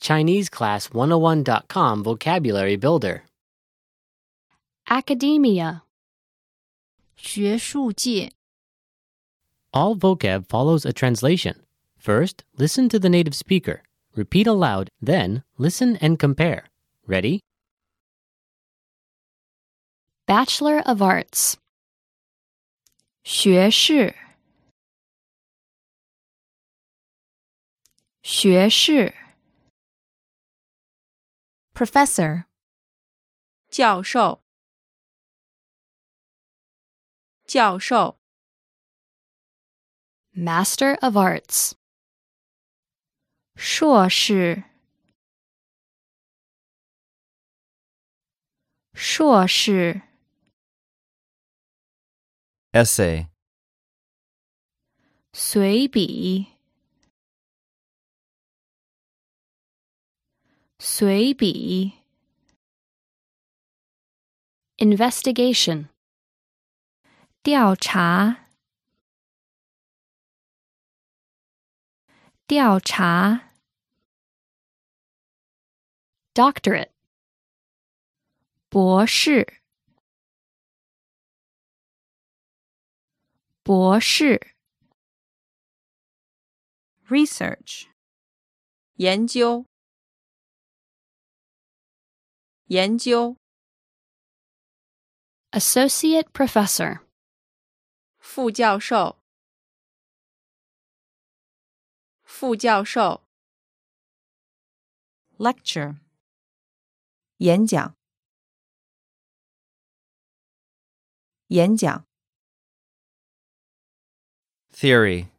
ChineseClass101.com Vocabulary Builder. academia 学术界 All vocab follows a translation. First, listen to the native speaker. Repeat aloud, then, listen and compare. Ready? Bachelor of Arts 学士学士 Professor 教授，教授， Master of Arts 硕士硕士 essay, 随笔，随笔。Investigation，调查，调查。Doctorate，博士，博士。 research，研究，研究， Associate Professor 副教授，副教授，lecture，演讲，演讲， theory,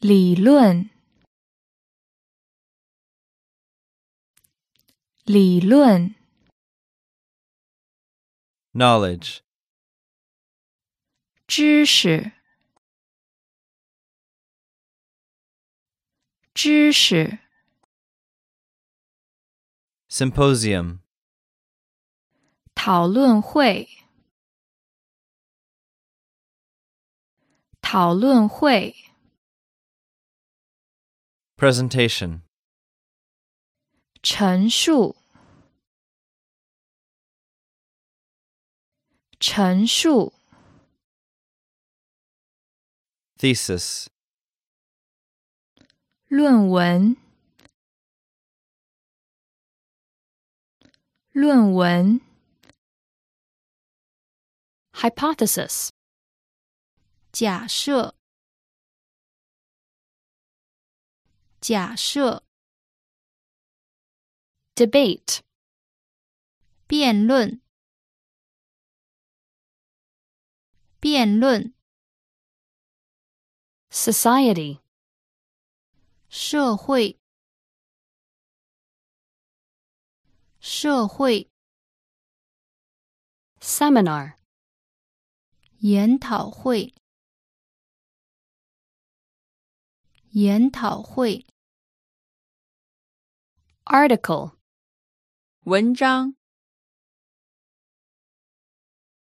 理论，理论 knowledge, 知识，知识 symposium, 讨论会，讨论会 presentation, 陈述，陈述。 thesis, 论文，论文。hypothesis，假设，假设。debate，辩论，辩论。society。社会，社会，seminar，研讨会，研讨会，article，文章，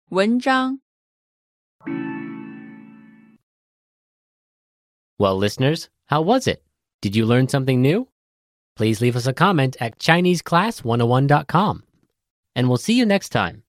文章。 Well, listeners, how was it? Did you learn something new? oh Please leave us a comment at ChineseClass101.com. And we'll see you next time.